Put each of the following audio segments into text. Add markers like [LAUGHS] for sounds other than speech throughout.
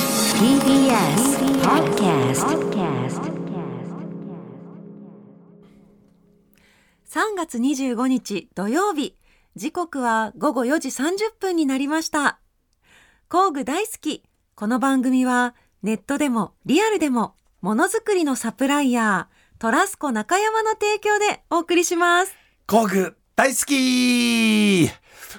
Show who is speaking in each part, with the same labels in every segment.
Speaker 1: TBS Podcast
Speaker 2: 3月25日土曜日時刻は午後4時30分になりました工具大好きこの番組はネットでもリアルでもものづくりのサプライヤートラスコ中山の提供でお送りします
Speaker 3: 工具大好き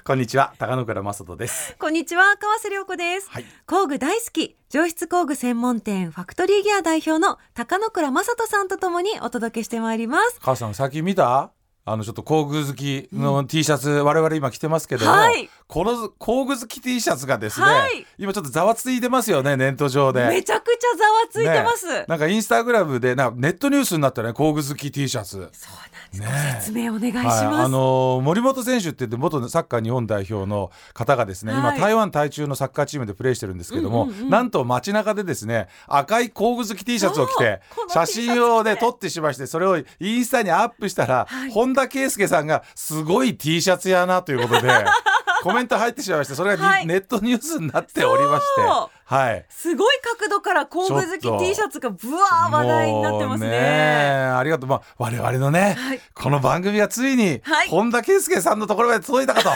Speaker 3: こんにちは高野倉正人です
Speaker 2: こんにちは川瀬良子です、
Speaker 3: はい
Speaker 2: 工具大好き上質工具専門店ファクトリーギア代表の高野倉正人さんとともにお届けしてまいります
Speaker 3: 母さん最近見たあのちょっと工具好きの T シャツ、我々今着てますけども、
Speaker 2: はい
Speaker 3: この工具好き T シャツがですね、
Speaker 2: はい
Speaker 3: 今ちょっとざわついてますよねネット上で
Speaker 2: めちゃくちゃざわついてます、
Speaker 3: ねなんかインスタグラムでなんかネットニュースになったね工具好き T シャツ
Speaker 2: そうなんです、ご説明お願いしま
Speaker 3: はい
Speaker 2: す、
Speaker 3: あのー森本選手って言って元サッカー日本代表の方がですね、
Speaker 2: は
Speaker 3: 今
Speaker 2: い
Speaker 3: 台湾台中のサッカーチームでプレーしてるんですけども、
Speaker 2: うんうんうん
Speaker 3: なんと街中でですね赤い工具好き T シャツを着て
Speaker 2: そうこの T シャツ
Speaker 3: 写
Speaker 2: 着て
Speaker 3: 真をね撮ってしましてそれをインスタにアップしたら、
Speaker 2: はい
Speaker 3: 本田圭佑さんがすごい T シャツやなということで
Speaker 2: [LAUGHS]
Speaker 3: コメント入ってしまいましてそれがに、
Speaker 2: はい
Speaker 3: ネットニュースになっておりまして
Speaker 2: そう
Speaker 3: はい。
Speaker 2: すごい角度から工具好
Speaker 3: ちょっ
Speaker 2: き
Speaker 3: と
Speaker 2: T シャツがぶわー話題になってます
Speaker 3: も
Speaker 2: ね。
Speaker 3: うねありがとう、まあ、我々のね、
Speaker 2: はい
Speaker 3: この番組がついに
Speaker 2: はい
Speaker 3: 本田圭佑さんのところまで届いたかと。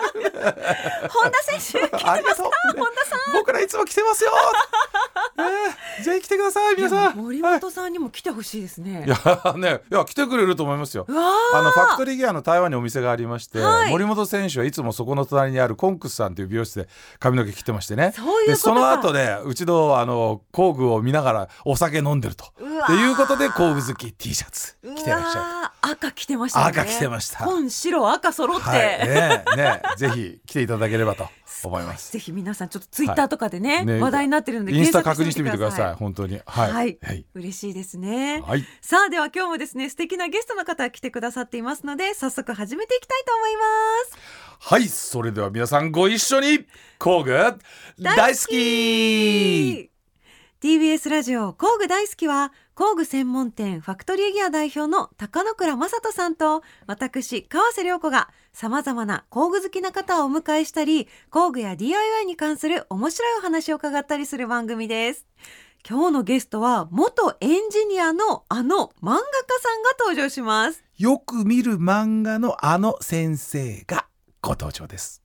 Speaker 2: 本田選手
Speaker 3: ありがとう。本田さん。僕らいつも来て
Speaker 2: [LAUGHS]
Speaker 3: ますよ。ねえ、ぜひ来てください、皆 [LAUGHS] さん。
Speaker 2: 森
Speaker 3: はい
Speaker 2: 本さんにも来てほしいですね。
Speaker 3: いや、ね、いや、来てくれると思いますよ
Speaker 2: う。わ
Speaker 3: あのファク
Speaker 2: ー
Speaker 3: トリーギアの台湾にお店がありまして、
Speaker 2: はい
Speaker 3: 森本選手はいつもそこの隣にあるコンクスさんという美容室で髪の毛切ってましてね
Speaker 2: そういうことか
Speaker 3: でその後でうちのあの工具を見ながらお酒飲んでると
Speaker 2: うわー
Speaker 3: ということで工具好き T シャツ着てらっしゃる
Speaker 2: うわー赤着てましたね。
Speaker 3: 赤着てました
Speaker 2: 紺白赤揃って、
Speaker 3: はい、ねえねえぜひ来ていただければと思います。
Speaker 2: ぜひ皆さんちょっとツイッターとかでね,、
Speaker 3: はいね
Speaker 2: 話題になってるので
Speaker 3: インスタ
Speaker 2: 検
Speaker 3: 確
Speaker 2: 索
Speaker 3: 認してみてください。
Speaker 2: い。
Speaker 3: 本当に。
Speaker 2: は、
Speaker 3: はいい。
Speaker 2: 嬉しいですね。
Speaker 3: はい
Speaker 2: さあでは今日もですね素敵なゲストの方が来てくださっていますので早速始めていきたいと思います。
Speaker 3: はいそれでは皆さんご一緒に工具大好き
Speaker 2: TBS ラジオ工具大好きは工具専門店ファクトリーギア代表の高野倉正人さんと私川瀬良子がさまざまな工具好きな方をお迎えしたり工具や DIY に関する面白いお話を伺ったりする番組です今日のゲストは元エンジニアのあの漫画家さんが登場します
Speaker 3: よく見る漫画のあの先生がご登場です。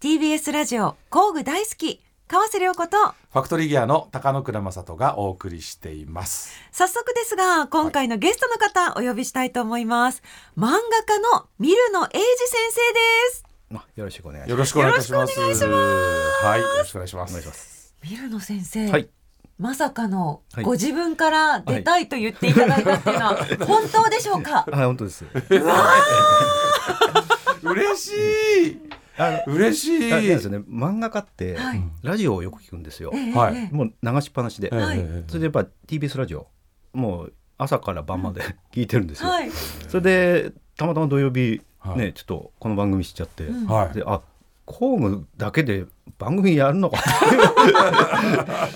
Speaker 2: TBS ラジオ工具大好き川瀬良子と
Speaker 3: ファクトリーギアの高野倉正人がお送りしています。
Speaker 2: 早速ですが今回のゲストの方お呼びしたいと思います、漫画家のミルノエイジ先生です
Speaker 4: あよろしくお願いし
Speaker 3: よ
Speaker 4: ま。
Speaker 3: ろしくお願いいたします。
Speaker 2: よろしくお
Speaker 3: はい、よろしくお願いします。
Speaker 4: お願いしますす。
Speaker 2: ミルノ先生、
Speaker 4: はい。
Speaker 2: まさかの
Speaker 4: はい
Speaker 2: ご自分から出たいと言っていただいたっていうのは本当でしょうか、
Speaker 4: あ本当です。
Speaker 3: 嬉しい。
Speaker 4: あの
Speaker 3: 嬉し
Speaker 4: あれ
Speaker 3: い。
Speaker 4: ですよね。漫画家って、
Speaker 2: はい
Speaker 4: ラジオをよく聞くんですよ。
Speaker 2: ええ
Speaker 3: はい
Speaker 2: ええ
Speaker 4: もう流しっぱなしで。
Speaker 2: はい
Speaker 3: ええ
Speaker 4: それでやっぱ TBS ラジオもう朝から晩まで聞いてるんですよ。
Speaker 2: はい、
Speaker 4: それでたまたま土曜日
Speaker 3: はい
Speaker 4: ねちょっとこの番組しちゃって、
Speaker 2: ん
Speaker 3: はい。
Speaker 4: であ工具だけで番組やるのか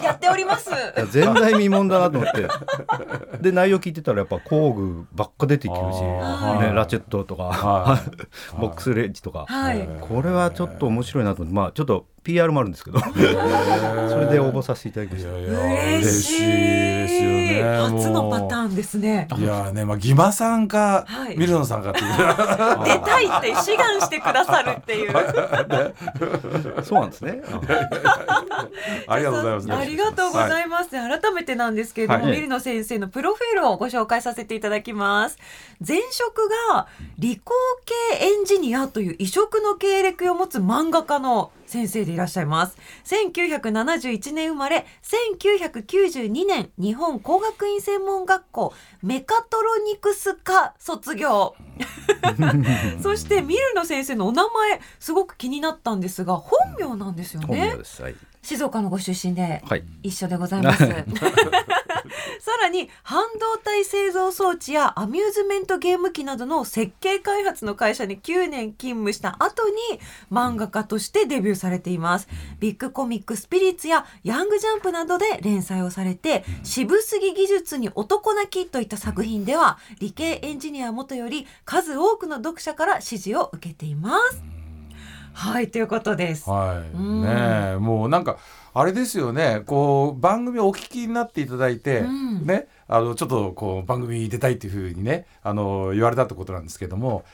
Speaker 2: やっております
Speaker 4: 前代未聞だなと思ってで内容聞いてたらやっぱ工具ばっか出てきてるし、
Speaker 3: あ
Speaker 2: ー
Speaker 4: ね、ラチェットとか、
Speaker 3: は
Speaker 4: ボックスレッジとか、
Speaker 2: はい、
Speaker 3: え
Speaker 4: これはちょっと面白いなと思って、まあ、ちょっと PR もあるんです
Speaker 3: [LAUGHS]
Speaker 4: けど、それで応募させていただきま
Speaker 3: い
Speaker 4: した。
Speaker 3: やいや
Speaker 2: 嬉しい
Speaker 3: ですよね。
Speaker 2: 初のパタ
Speaker 3: ン。
Speaker 2: ーンですね
Speaker 3: いやーね、まあ、ギマさんか、
Speaker 2: はい
Speaker 3: ミルノさんかっていう。 [LAUGHS]
Speaker 2: 出たいって志願してくださるっていう
Speaker 4: そうなんですね。
Speaker 3: ありがとうございます。
Speaker 2: ありがとうござ
Speaker 3: い
Speaker 2: います。改めてなんですけれども、
Speaker 3: はい
Speaker 2: ミルノ先生のプロフィールをご紹介させていただきます。前職が理工系エンジニアという異色の経歴を持つ漫画家の先生でいらっしゃいます。1971年生まれ、1992年日本工学院専門学校メカトロニクス科卒
Speaker 3: [LAUGHS]
Speaker 2: 業。そしてミルノ先生のお名前、すごく気になったんですが、本名なんですよ
Speaker 4: 本
Speaker 2: ね
Speaker 4: 名。です。はい。
Speaker 2: 静岡のご出身で。
Speaker 4: はい。
Speaker 2: 一緒でござい [LAUGHS] ます。さらに半導体製造装置やアミューズメントゲーム機などの設計開発の会社に9年勤務した後に漫画家としてデビューされています。ビッグコミックスピリッツやヤングジャンプなどで連載をされて渋すぎ技術に男泣きといった作品では理系エンジニア元より数多くの読者から支持を受けています。はいということです。
Speaker 3: はい、
Speaker 2: うん
Speaker 3: ねえもうなんかあれですよねこう番組をお聞きになっていただいて、
Speaker 2: うん
Speaker 3: ねあのちょっとこう番組に出たいっていうふうにねあの言われたってことなんですけども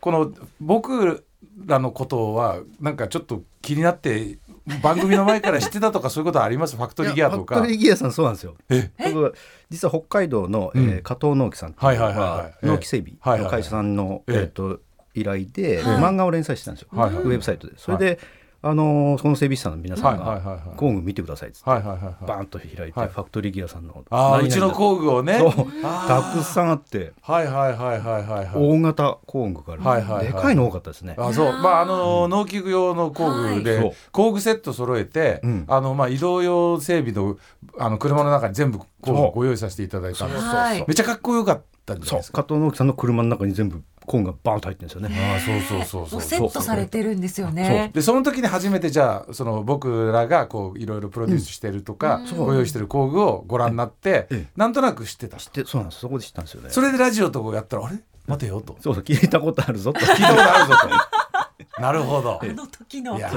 Speaker 3: この僕らのことはなんかちょっと気になって番組の前から知ってたとかそういうことありますファクトリーギアと
Speaker 4: ファ
Speaker 3: か
Speaker 4: クトリーギアさんそうなんですよ
Speaker 3: え
Speaker 4: 僕実は北海道の、えー
Speaker 3: うん
Speaker 4: 加藤農機さんっていうの
Speaker 3: はいはいはいは
Speaker 4: が
Speaker 3: い
Speaker 4: 農機整
Speaker 3: はいは
Speaker 4: 備
Speaker 3: い
Speaker 4: の
Speaker 3: はい
Speaker 4: 会社さんの、
Speaker 3: ええ
Speaker 4: えっと依頼で、
Speaker 2: い
Speaker 4: 漫画を連載してたんですよ、
Speaker 3: はいはい
Speaker 4: ウェブサイトでそれで、あのーそこの整備士さんの皆さんが、
Speaker 3: はいはいはいはい
Speaker 4: 工具見てくださいっつって、
Speaker 3: はいはいはいはい
Speaker 4: バーンと開いて、
Speaker 3: はい
Speaker 4: ファクトリーギアさんの
Speaker 3: ああ
Speaker 4: 何々
Speaker 3: うちの工具をね
Speaker 4: そう
Speaker 3: あ
Speaker 4: たくさんあって
Speaker 3: ーはいはいはいはいはいはい
Speaker 4: 大型工具がある、
Speaker 3: はいはいはい
Speaker 4: でかいの多かったですね、
Speaker 3: あそうまああの農機具用の工具で、
Speaker 4: はいそう
Speaker 3: 工具セット揃えて、
Speaker 4: うん
Speaker 3: あのまあ移動用整備のあの車の中に全部工具
Speaker 4: そ
Speaker 3: を
Speaker 4: う
Speaker 3: ご用意させていただいたんです
Speaker 2: はい
Speaker 3: めっちゃかっこよかったんじゃな
Speaker 4: そ
Speaker 3: いうですか
Speaker 4: 加藤農機さんの車の中に全部工具がバーンと入ってるんですよね、
Speaker 3: あそうそうそう
Speaker 2: も
Speaker 3: そうう
Speaker 2: セットされてるんですよね。
Speaker 3: でその時に初めてじゃあその僕らがこういろいろプロデュースしてるとか、
Speaker 2: うん
Speaker 3: ご用意してる工具をご覧になって、
Speaker 4: ええ
Speaker 3: なんとなく知ってた
Speaker 4: 知ってそうなんですそこで知ったんですよね
Speaker 3: それでラジオとかやったらあれ待てよ
Speaker 4: [LAUGHS]
Speaker 3: と
Speaker 4: そうそう聞いたことあるぞと
Speaker 3: 聞いたことあるぞとなるほど
Speaker 2: あの時の
Speaker 3: いや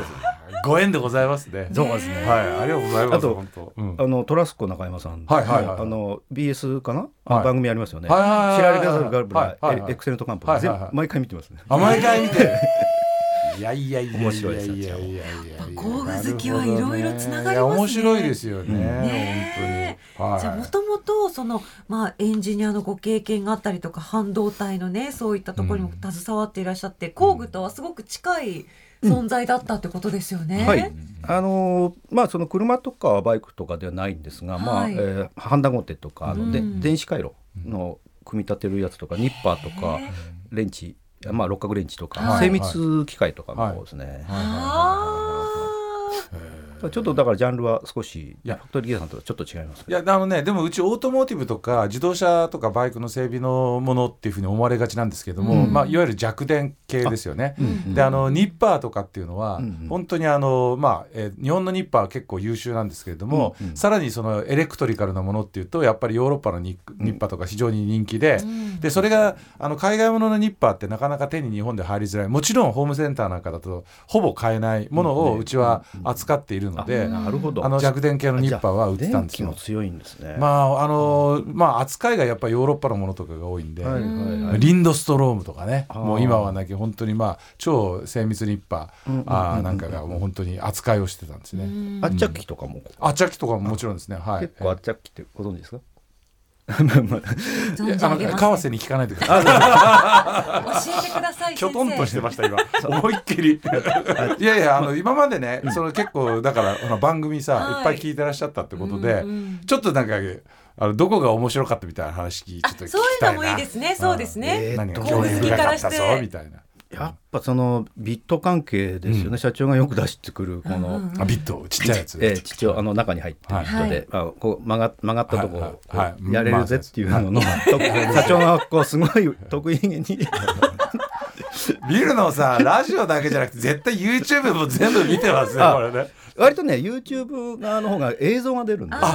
Speaker 3: ご縁でございますね
Speaker 4: [LAUGHS] そうですね
Speaker 3: はいありがとうございます
Speaker 4: あと
Speaker 3: 本当、うん
Speaker 4: [LAUGHS] あのトラスコ中山さん、
Speaker 3: はいはいはい
Speaker 4: あの BS かな、あ
Speaker 3: はい
Speaker 4: の番組ありますよね。
Speaker 3: はいはいはいはい
Speaker 4: 知られてくださるガルブラ、
Speaker 3: はいはいはい
Speaker 4: エエクセレントカンパニー、
Speaker 3: はいはいはい
Speaker 4: 全部毎回見てますね。
Speaker 3: あ毎回見て
Speaker 4: [LAUGHS]
Speaker 3: るいやいやいや
Speaker 4: 面白いですよ
Speaker 3: やいやいや
Speaker 2: やっぱ工具好きはいろいろつながりますね
Speaker 3: いや面白いですよね、
Speaker 2: ね
Speaker 3: 本当に、はい、
Speaker 2: じゃあもともとその、まあ、エンジニアのご経験があったりとか半導体のねそういったところにも携わっていらっしゃって、工具とはすごく近い存在だったってことですよね。
Speaker 4: はい、あのーまあその車とかバイクとかではないんですが、ま
Speaker 2: は
Speaker 4: あ、
Speaker 2: い
Speaker 4: えーハンダゴテとかあの、で
Speaker 2: うん
Speaker 4: 電子回路の組み立てるやつとかニッパーとか
Speaker 2: へ
Speaker 4: レンチ、まあ六角レンチとか、
Speaker 3: はい
Speaker 4: 精密機械とかもですね。
Speaker 2: あー
Speaker 4: ちょっとだからジャンルは少し
Speaker 3: い
Speaker 4: フ
Speaker 3: や
Speaker 4: ァクトリーギアさんとはちょっと違いますけ
Speaker 3: い
Speaker 4: ど。
Speaker 3: やあのねでもうちオートモーティブとか自動車とかバイクの整備のものっていうふうに思われがちなんですけども、
Speaker 2: うん
Speaker 3: まあ、いわゆる弱電系ですよね。
Speaker 4: うん
Speaker 3: であのニッパーとかっていうのは、
Speaker 4: うんうん
Speaker 3: 本当にあの、まあえー日本のニッパーは結構優秀なんですけれども、
Speaker 4: うんうん
Speaker 3: さらにそのエレクトリカルなものっていうとやっぱりヨーロッパのニッニッパーとか非常に人気で,、
Speaker 2: ん
Speaker 3: でそれがあの海外もののニッパーってなかなか手に日本で入りづらいもちろんホームセンターなんかだとほぼ買えないものをうちは扱っているので、
Speaker 4: あなるほど。
Speaker 3: あの弱電系のニッパーは売ってたんです
Speaker 4: 電気も
Speaker 3: よ。
Speaker 4: 強いんですね。
Speaker 3: まああのまあ、扱いがやっぱりヨーロッパのものとかが多いんで、
Speaker 4: はいはいはい。
Speaker 3: リンドストロームとかね
Speaker 4: あー
Speaker 3: もう今はなきゃ本当にまあ超精密リッパー、
Speaker 4: うんうんうんうん
Speaker 3: あーなんかがもう本当に扱いをしてたんですね。
Speaker 4: あっちゃっきとかも、
Speaker 3: あチャキとかももちろんですね。はい。
Speaker 4: 結構あっちゃっきってご存知ですか？まあまあ
Speaker 3: えー
Speaker 2: 存
Speaker 3: いやあ
Speaker 2: じ上げ
Speaker 3: の
Speaker 2: ま
Speaker 3: 川
Speaker 2: せ
Speaker 3: 瀬
Speaker 2: ん
Speaker 3: に聞かないでください。
Speaker 2: 教えてください
Speaker 3: きょ
Speaker 2: 先
Speaker 3: とんとし
Speaker 2: 生
Speaker 3: てました今。思いっきり。 [LAUGHS] いやいやあの今までね、その結構だからあの番組さ、
Speaker 2: はい
Speaker 3: い、っぱい聞いてらっしゃったってことで、
Speaker 2: うんうん
Speaker 3: ちょっとなんかあのどこが面白かったみたいな話聞いちょっと
Speaker 2: あ
Speaker 3: 聞き
Speaker 2: そういう
Speaker 3: たいな。
Speaker 2: のもいいですねそうですね
Speaker 4: えー
Speaker 3: 何が
Speaker 4: こう
Speaker 3: 興味深かった
Speaker 2: 好き
Speaker 3: ぞ
Speaker 2: からして
Speaker 3: みたいな。
Speaker 4: [LAUGHS] やっぱそのビット関係ですよね。社長がよく出してくるこの、
Speaker 3: あビットちっちゃいやつ。
Speaker 4: えー父親あの中に入ってる人で、あこう曲が曲がったとこ
Speaker 3: はい
Speaker 4: をこ
Speaker 3: はいう
Speaker 4: やれるぜっていうのの、社長がこうすごい得意げに
Speaker 3: 見るのさラジオだけじゃなくて絶対 YouTube も全部見てますね
Speaker 4: あ
Speaker 3: これね。
Speaker 4: 割とね YouTube 側の方が映像が出るんで。
Speaker 2: あ
Speaker 3: だ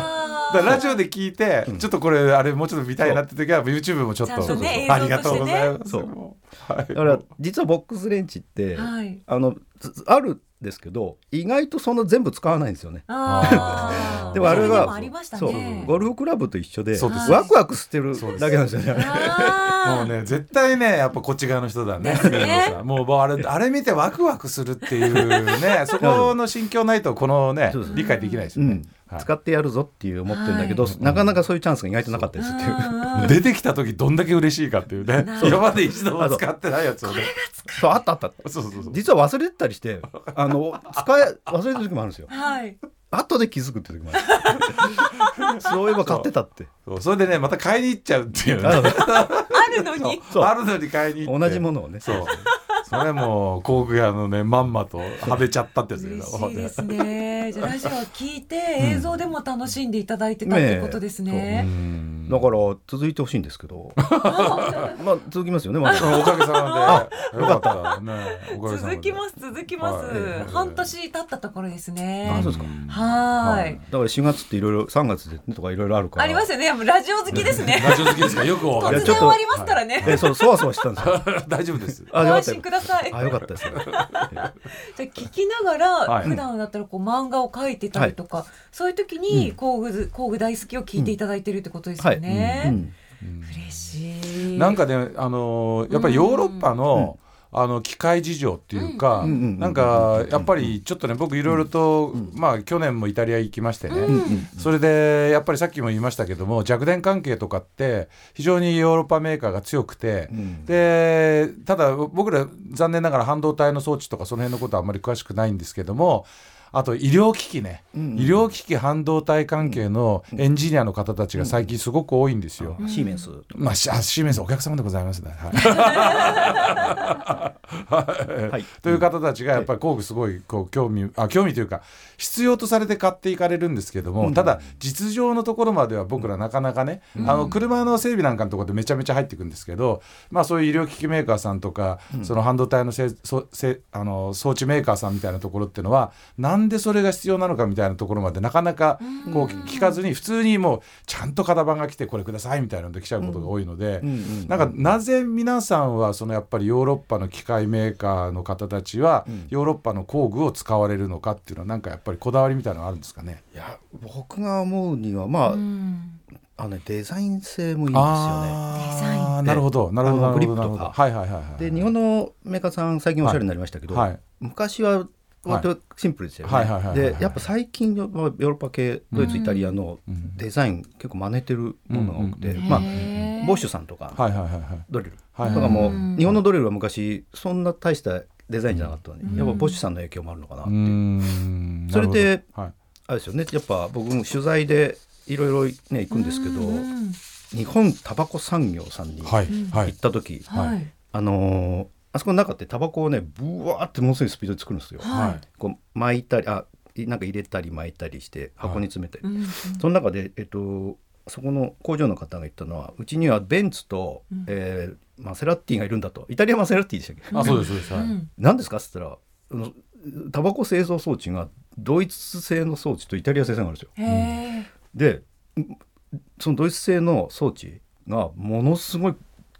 Speaker 2: ー
Speaker 3: からラジオで聞いて、ちょっとこれあれもうちょっと見たいなって時は YouTube もちょっと
Speaker 2: ちゃんとね
Speaker 3: あ
Speaker 2: 映像
Speaker 3: りが
Speaker 2: としてね
Speaker 3: とうございます。
Speaker 4: そう
Speaker 3: はい、
Speaker 4: だから実はボックスレンチって、
Speaker 2: はい
Speaker 4: あのつあるんですけど意外とそんな全部使わないんですよね。
Speaker 3: [LAUGHS]
Speaker 2: あー
Speaker 4: でもあ
Speaker 2: そう
Speaker 4: れ
Speaker 2: いう
Speaker 4: が
Speaker 2: のもありました
Speaker 4: そう
Speaker 2: ね
Speaker 4: ゴルフクラブと一緒で
Speaker 3: そうです
Speaker 4: ワクワクしてるだけなんですよね。
Speaker 3: もう
Speaker 2: あー
Speaker 3: ね絶対ねやっぱこっち側の人だね
Speaker 2: ですね
Speaker 3: 見るのさもうもうあれあれ見てワクワクするっていうねそこの心境ないとこのね
Speaker 4: そうそう
Speaker 3: 理解できないです
Speaker 4: う
Speaker 3: よね。
Speaker 4: ん
Speaker 3: はい
Speaker 4: 使ってやるぞっていう思ってるんだけど、なかなかそういうチャンスが意外となかったりするっていうう。
Speaker 2: んうん
Speaker 3: 出てきた時どんだけ嬉しいかっていうね
Speaker 2: そう
Speaker 3: 今まで一度も使ってないやつをね
Speaker 4: そうあったあった。
Speaker 3: そうそうそう
Speaker 4: 実は忘れてたりして、あの使い忘れてる時もあるんですよ。
Speaker 2: はい。
Speaker 4: 後で気づくって時もあ
Speaker 3: [LAUGHS]
Speaker 4: る。そういえば買ってたって。
Speaker 3: そうそれでねまた買いに行っちゃうっていうね
Speaker 4: あの
Speaker 2: あるの
Speaker 4: [LAUGHS]
Speaker 2: に。
Speaker 4: そう
Speaker 3: あるのに買いに行って
Speaker 4: 同じものをね。
Speaker 3: そうそれも工具屋のねまんまとはめちゃったってやつだけ
Speaker 2: 嬉
Speaker 3: ど
Speaker 2: しいですね。じゃあラジオを聞いて映像でも楽しんでいただいてたってことですね。
Speaker 3: うんん
Speaker 4: だから続いてほしいんです
Speaker 3: [LAUGHS]
Speaker 4: けどまあ続きますよねまだ
Speaker 3: おかげさまで。よかった。ね、おかげさまで。
Speaker 2: 続きます続きます、
Speaker 3: はい
Speaker 2: 半年経ったところですね
Speaker 4: あそうですか
Speaker 2: はーい
Speaker 4: だから4月っていろいろ3月でとかいろいろあるから
Speaker 2: ありますよねもうラジオ好きですね
Speaker 3: ラジオ好きですか。よくわか
Speaker 2: [LAUGHS] 突
Speaker 3: る
Speaker 4: いやち
Speaker 2: 然
Speaker 4: ょっ
Speaker 2: 終
Speaker 4: と
Speaker 2: わりますからね
Speaker 4: えそうそわそわしてたんですよ
Speaker 3: 大丈夫です。
Speaker 2: ご
Speaker 4: あよかっ
Speaker 2: 安
Speaker 4: た
Speaker 2: 心ください
Speaker 4: あよかったですね
Speaker 2: じゃあ聞きながら、
Speaker 3: はい
Speaker 2: 普段だったらこう漫画を描いてたりとか、そういう時に工具,、工具大好きを聞いていただいてるってことです
Speaker 4: は
Speaker 2: よ
Speaker 4: い、
Speaker 2: ね、
Speaker 4: うん
Speaker 2: 嬉しい
Speaker 3: なんかね、あのーやっぱりヨーロッパの、あの機械事情っていうか、
Speaker 4: うんうんうん
Speaker 3: なんかやっぱりちょっとね僕いろいろと、まあ去年もイタリア行きましてね、それでやっぱりさっきも言いましたけども弱電関係とかって非常にヨーロッパメーカーが強くて、
Speaker 4: ん
Speaker 3: でただ僕ら残念ながら半導体の装置とかその辺のことはあんまり詳しくないんですけどもあと医療機器ね、医療機器半導体関係のエンジニアの方たちが最近すごく多いんですよ。
Speaker 4: うんシーメンス
Speaker 3: まあ、しあシーメンスお客様でございますね。はい [LAUGHS] はい
Speaker 4: はい
Speaker 3: という方たちがやっぱり工具すごいこう興味あ興味というか必要とされて買っていかれるんですけども、ただ実情のところまでは僕らなかなかね、あの車の整備なんかのところでめちゃめちゃ入っていくんですけど、まあ、そういう医療機器メーカーさんとか、その半導体のせそせあの装置メーカーさんみたいなところっていうのはなんでそれが必要なのかみたいなところまでなかなかこう聞かずに普通にもうちゃんと型番が来てこれくださいみたいなので来ちゃうことが多いので。なんかなぜ皆さんはそのやっぱりヨーロッパの機械メーカーの方たちはヨーロッパの工具を使われるのかっていうのはなんかやっぱりこだわりみたいなのあるんですかね。
Speaker 4: いや僕が思うにはまあ,、
Speaker 2: うん
Speaker 4: あのね、デザイン性もいいんですよね
Speaker 3: あ
Speaker 2: デザイン
Speaker 3: ーなるほどなるほど
Speaker 4: あ
Speaker 3: な
Speaker 4: の
Speaker 3: るほど
Speaker 4: グリップ
Speaker 3: なる
Speaker 4: と
Speaker 3: ほ
Speaker 4: か
Speaker 3: どはいはいはいはい。
Speaker 4: で日本のメーカーさん最近おしゃれになりましたけど、
Speaker 3: はい
Speaker 4: 昔は割とシンプルですよね、
Speaker 3: はいはいはいはいはい
Speaker 4: でやっぱ最近のまあヨーロッパ系ドイツイタリアのデザイン結構真似てるものが多くて、まあ、
Speaker 2: へー
Speaker 4: ボッシュさんとか
Speaker 3: はいはいはいはい。
Speaker 4: ドリル
Speaker 3: はい
Speaker 4: とかも
Speaker 2: うん
Speaker 4: 日本のドリルは昔そんな大したデザインじゃなかったのに、やっぱボッシュさんの影響もあるのかな、
Speaker 3: うーん
Speaker 4: それで
Speaker 3: なる
Speaker 4: あれですよねやっぱ僕も取材でいろいろね行くんですけど、
Speaker 2: うん
Speaker 4: 日本タバコ産業さんに
Speaker 3: ほどは
Speaker 4: 行
Speaker 3: いはいはい
Speaker 4: った時、
Speaker 2: はい
Speaker 4: あのーあそこの中ってタバコをねブワーってものすごいスピードで作るんですよ。
Speaker 2: はい
Speaker 3: はい
Speaker 4: こう巻いたりあいなんか入れたり巻いたりして
Speaker 3: はい
Speaker 4: 箱に詰めたり、
Speaker 2: うん
Speaker 4: その中で、えっと、そこの工場の方が言ったのはうちにはベンツと、えーマセラティがいるんだとイタリアマセラティでしたっけ [LAUGHS]
Speaker 3: あそうですそうですはい。
Speaker 2: うん
Speaker 4: 何ですかっつったらあのタバコ製造装置がドイツ製の装置とイタリア製のがあるんですよ。
Speaker 2: へー
Speaker 4: でんそのドイツ製の装置がものすごい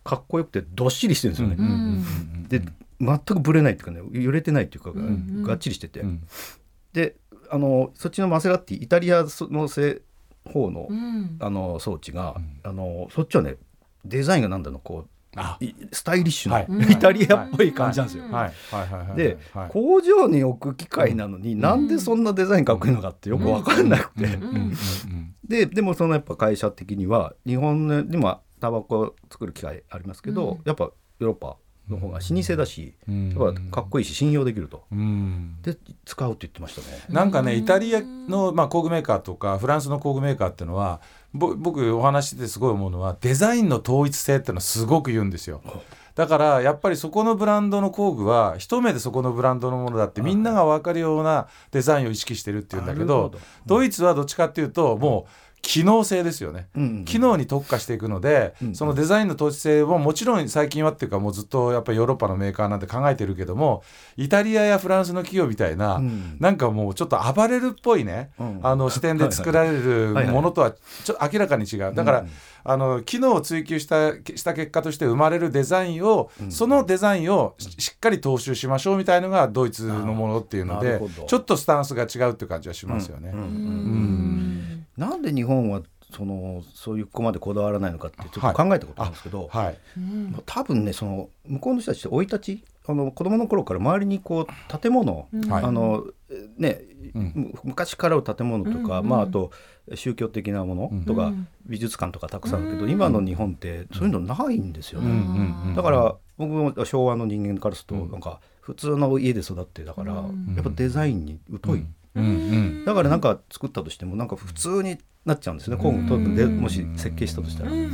Speaker 4: かっこよくてどっしりしてるんですよね。
Speaker 2: うん
Speaker 4: で全くぶれないっていうかね揺れてないっていうか、
Speaker 2: ん
Speaker 4: がっちりしてて、
Speaker 3: うん
Speaker 4: であのそっちのマセラッティイタリアの製方の,、
Speaker 2: うん
Speaker 4: あの装置が、あのそっちはねデザインがなんだろうこ
Speaker 3: あ
Speaker 4: ういスタイリッシュな、
Speaker 3: はい
Speaker 2: うん
Speaker 4: イタリアっぽい感じなんですよ。
Speaker 3: はいはいはいはい。
Speaker 4: で、
Speaker 3: はい
Speaker 4: 工場に置く機械なのに、なんでそんなデザインかっこいいのかってよく分かんなくて、
Speaker 3: うんうんうん
Speaker 4: ででもそのやっぱ会社的には日本のにもタバコを作る機械ありますけど、
Speaker 2: うん
Speaker 4: やっぱヨーロッパの方が老舗だし、
Speaker 3: うん
Speaker 4: やっぱかっこいいし信用できると。
Speaker 3: うん
Speaker 4: で使うって言ってましたね。
Speaker 3: なんかねイタリアの、まあ、工具メーカーとかフランスの工具メーカーっていうのはぼ僕お話ししててすごい思うのはデザインの統一性っていうのはすごく言うんですよ。だからやっぱりそこのブランドの工具は一目でそこのブランドのものだってみんなが分かるようなデザインを意識してるっていうんだけ
Speaker 4: なる
Speaker 3: ど
Speaker 4: ほどうん
Speaker 3: ドイツはどっちかっていうともう機能性ですよね。
Speaker 4: うん
Speaker 3: 機能に特化していくので、
Speaker 4: うん
Speaker 3: そのデザインの統一性ももちろん最近はっていうかもうずっとやっぱりヨーロッパのメーカーなんて考えてるけどもイタリアやフランスの企業みたいな、
Speaker 4: うん
Speaker 3: なんかもうちょっと暴れるっぽいね、
Speaker 4: うん
Speaker 3: あの視点で作られる
Speaker 4: はいはい
Speaker 3: ものとはちょっと明らかに違うだから、
Speaker 4: うん
Speaker 3: あの機能を追求したした結果として生まれるデザインを、そのデザインをししっかり踏襲しましょうみたいのがドイツのものっていうの
Speaker 4: な
Speaker 3: で
Speaker 4: るほど
Speaker 3: ちょっとスタンスが違うっていう感じはしますよね。
Speaker 4: うん
Speaker 2: うん
Speaker 4: なんで日本はそのそういうこまでこだわらないのかってちょ
Speaker 3: は
Speaker 4: っと
Speaker 3: い
Speaker 4: 考えたことあるんですけど、
Speaker 3: はい、
Speaker 4: まあ多分ねその向こうの人たちって生い立ちあの子供の頃から周りにこう建物、
Speaker 3: はい
Speaker 4: あのね、
Speaker 3: うん
Speaker 4: む昔からの建物と
Speaker 2: う
Speaker 4: か、
Speaker 2: んうん
Speaker 4: まあ、あと宗教的なものとか、
Speaker 2: うん
Speaker 4: 美術館とかたくさんあるけど、
Speaker 2: うん
Speaker 4: 今の日本ってそういうのないんですよね。
Speaker 3: うん
Speaker 4: だから僕も昭和の人間からすると、
Speaker 3: うん
Speaker 4: なんか普通の家で育ってだから、
Speaker 2: うん
Speaker 4: やっぱデザインに疎い、
Speaker 3: うんうん
Speaker 4: だからなんか作ったとしてもなんか普通になっちゃうんですね、今後でもし設計したとしたら、
Speaker 2: うんうん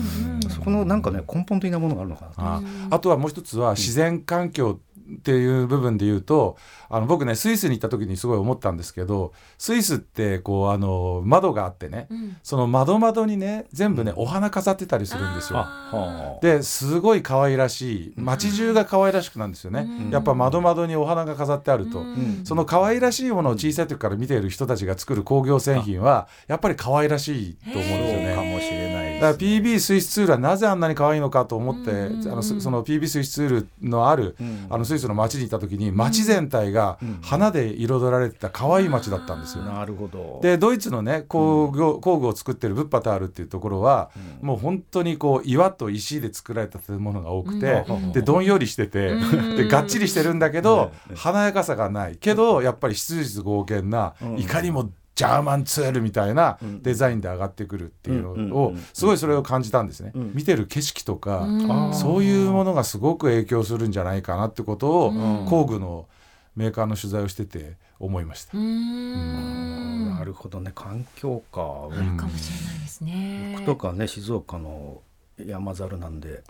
Speaker 4: そこのなんかね根本的なものがあるのかなと
Speaker 3: ああとはもう一つは自然環境っていう部分で言うとあの僕ねスイスに行った時にすごい思ったんですけどスイスってこうあの窓があってね、
Speaker 2: うん
Speaker 3: その窓窓にね全部ねお花飾ってたりするんですよ。
Speaker 2: あ
Speaker 4: で
Speaker 3: ですごい可愛らしい街中が可愛らしくなるんですよね、
Speaker 2: うん
Speaker 3: やっぱ窓窓にお花が飾ってあると、
Speaker 2: うん
Speaker 3: その可愛らしいものを小さい時から見ている人たちが作る工業製品はやっぱり可愛らしいと思うん
Speaker 4: そう
Speaker 3: ですよね
Speaker 4: か。もしれない
Speaker 3: だから
Speaker 4: ですね
Speaker 3: PB スイスツールはなぜあんなに可愛いのかと思って、
Speaker 2: うんうんうん
Speaker 3: あのそその PB スイスツールのある、
Speaker 4: うん
Speaker 3: あのスイスの街に行った時に街全体が
Speaker 4: うん
Speaker 3: 花で彩られてた可愛い街だったんですよ。
Speaker 4: なるほど。
Speaker 3: でドイツのね工具,、工具を作ってるブッパタールっていうところは、
Speaker 4: うん
Speaker 3: もう本当にこう岩と石で作られた建物が多くて、
Speaker 4: うん
Speaker 3: でどんよりしてて、
Speaker 2: うん
Speaker 3: でがっちりしてるんだけど、華やかさがないけどやっぱり質実剛健な、
Speaker 4: うん
Speaker 3: いかにもジャーマンツールみたいな
Speaker 4: うん
Speaker 3: デザインで上がってくるっていうのを、
Speaker 4: うんうんうん
Speaker 3: すごいそれを感じたんですね、
Speaker 4: うん
Speaker 3: 見てる景色とか、
Speaker 2: うん
Speaker 3: そういうものがすごく影響するんじゃないかなってことを、
Speaker 2: うん
Speaker 3: 工具のメーカーの取材をしてて思いました。
Speaker 2: うーん
Speaker 4: なるほどね環境か。
Speaker 3: ん
Speaker 2: かもしれないですね。
Speaker 4: 僕とかね静岡の山猿なんで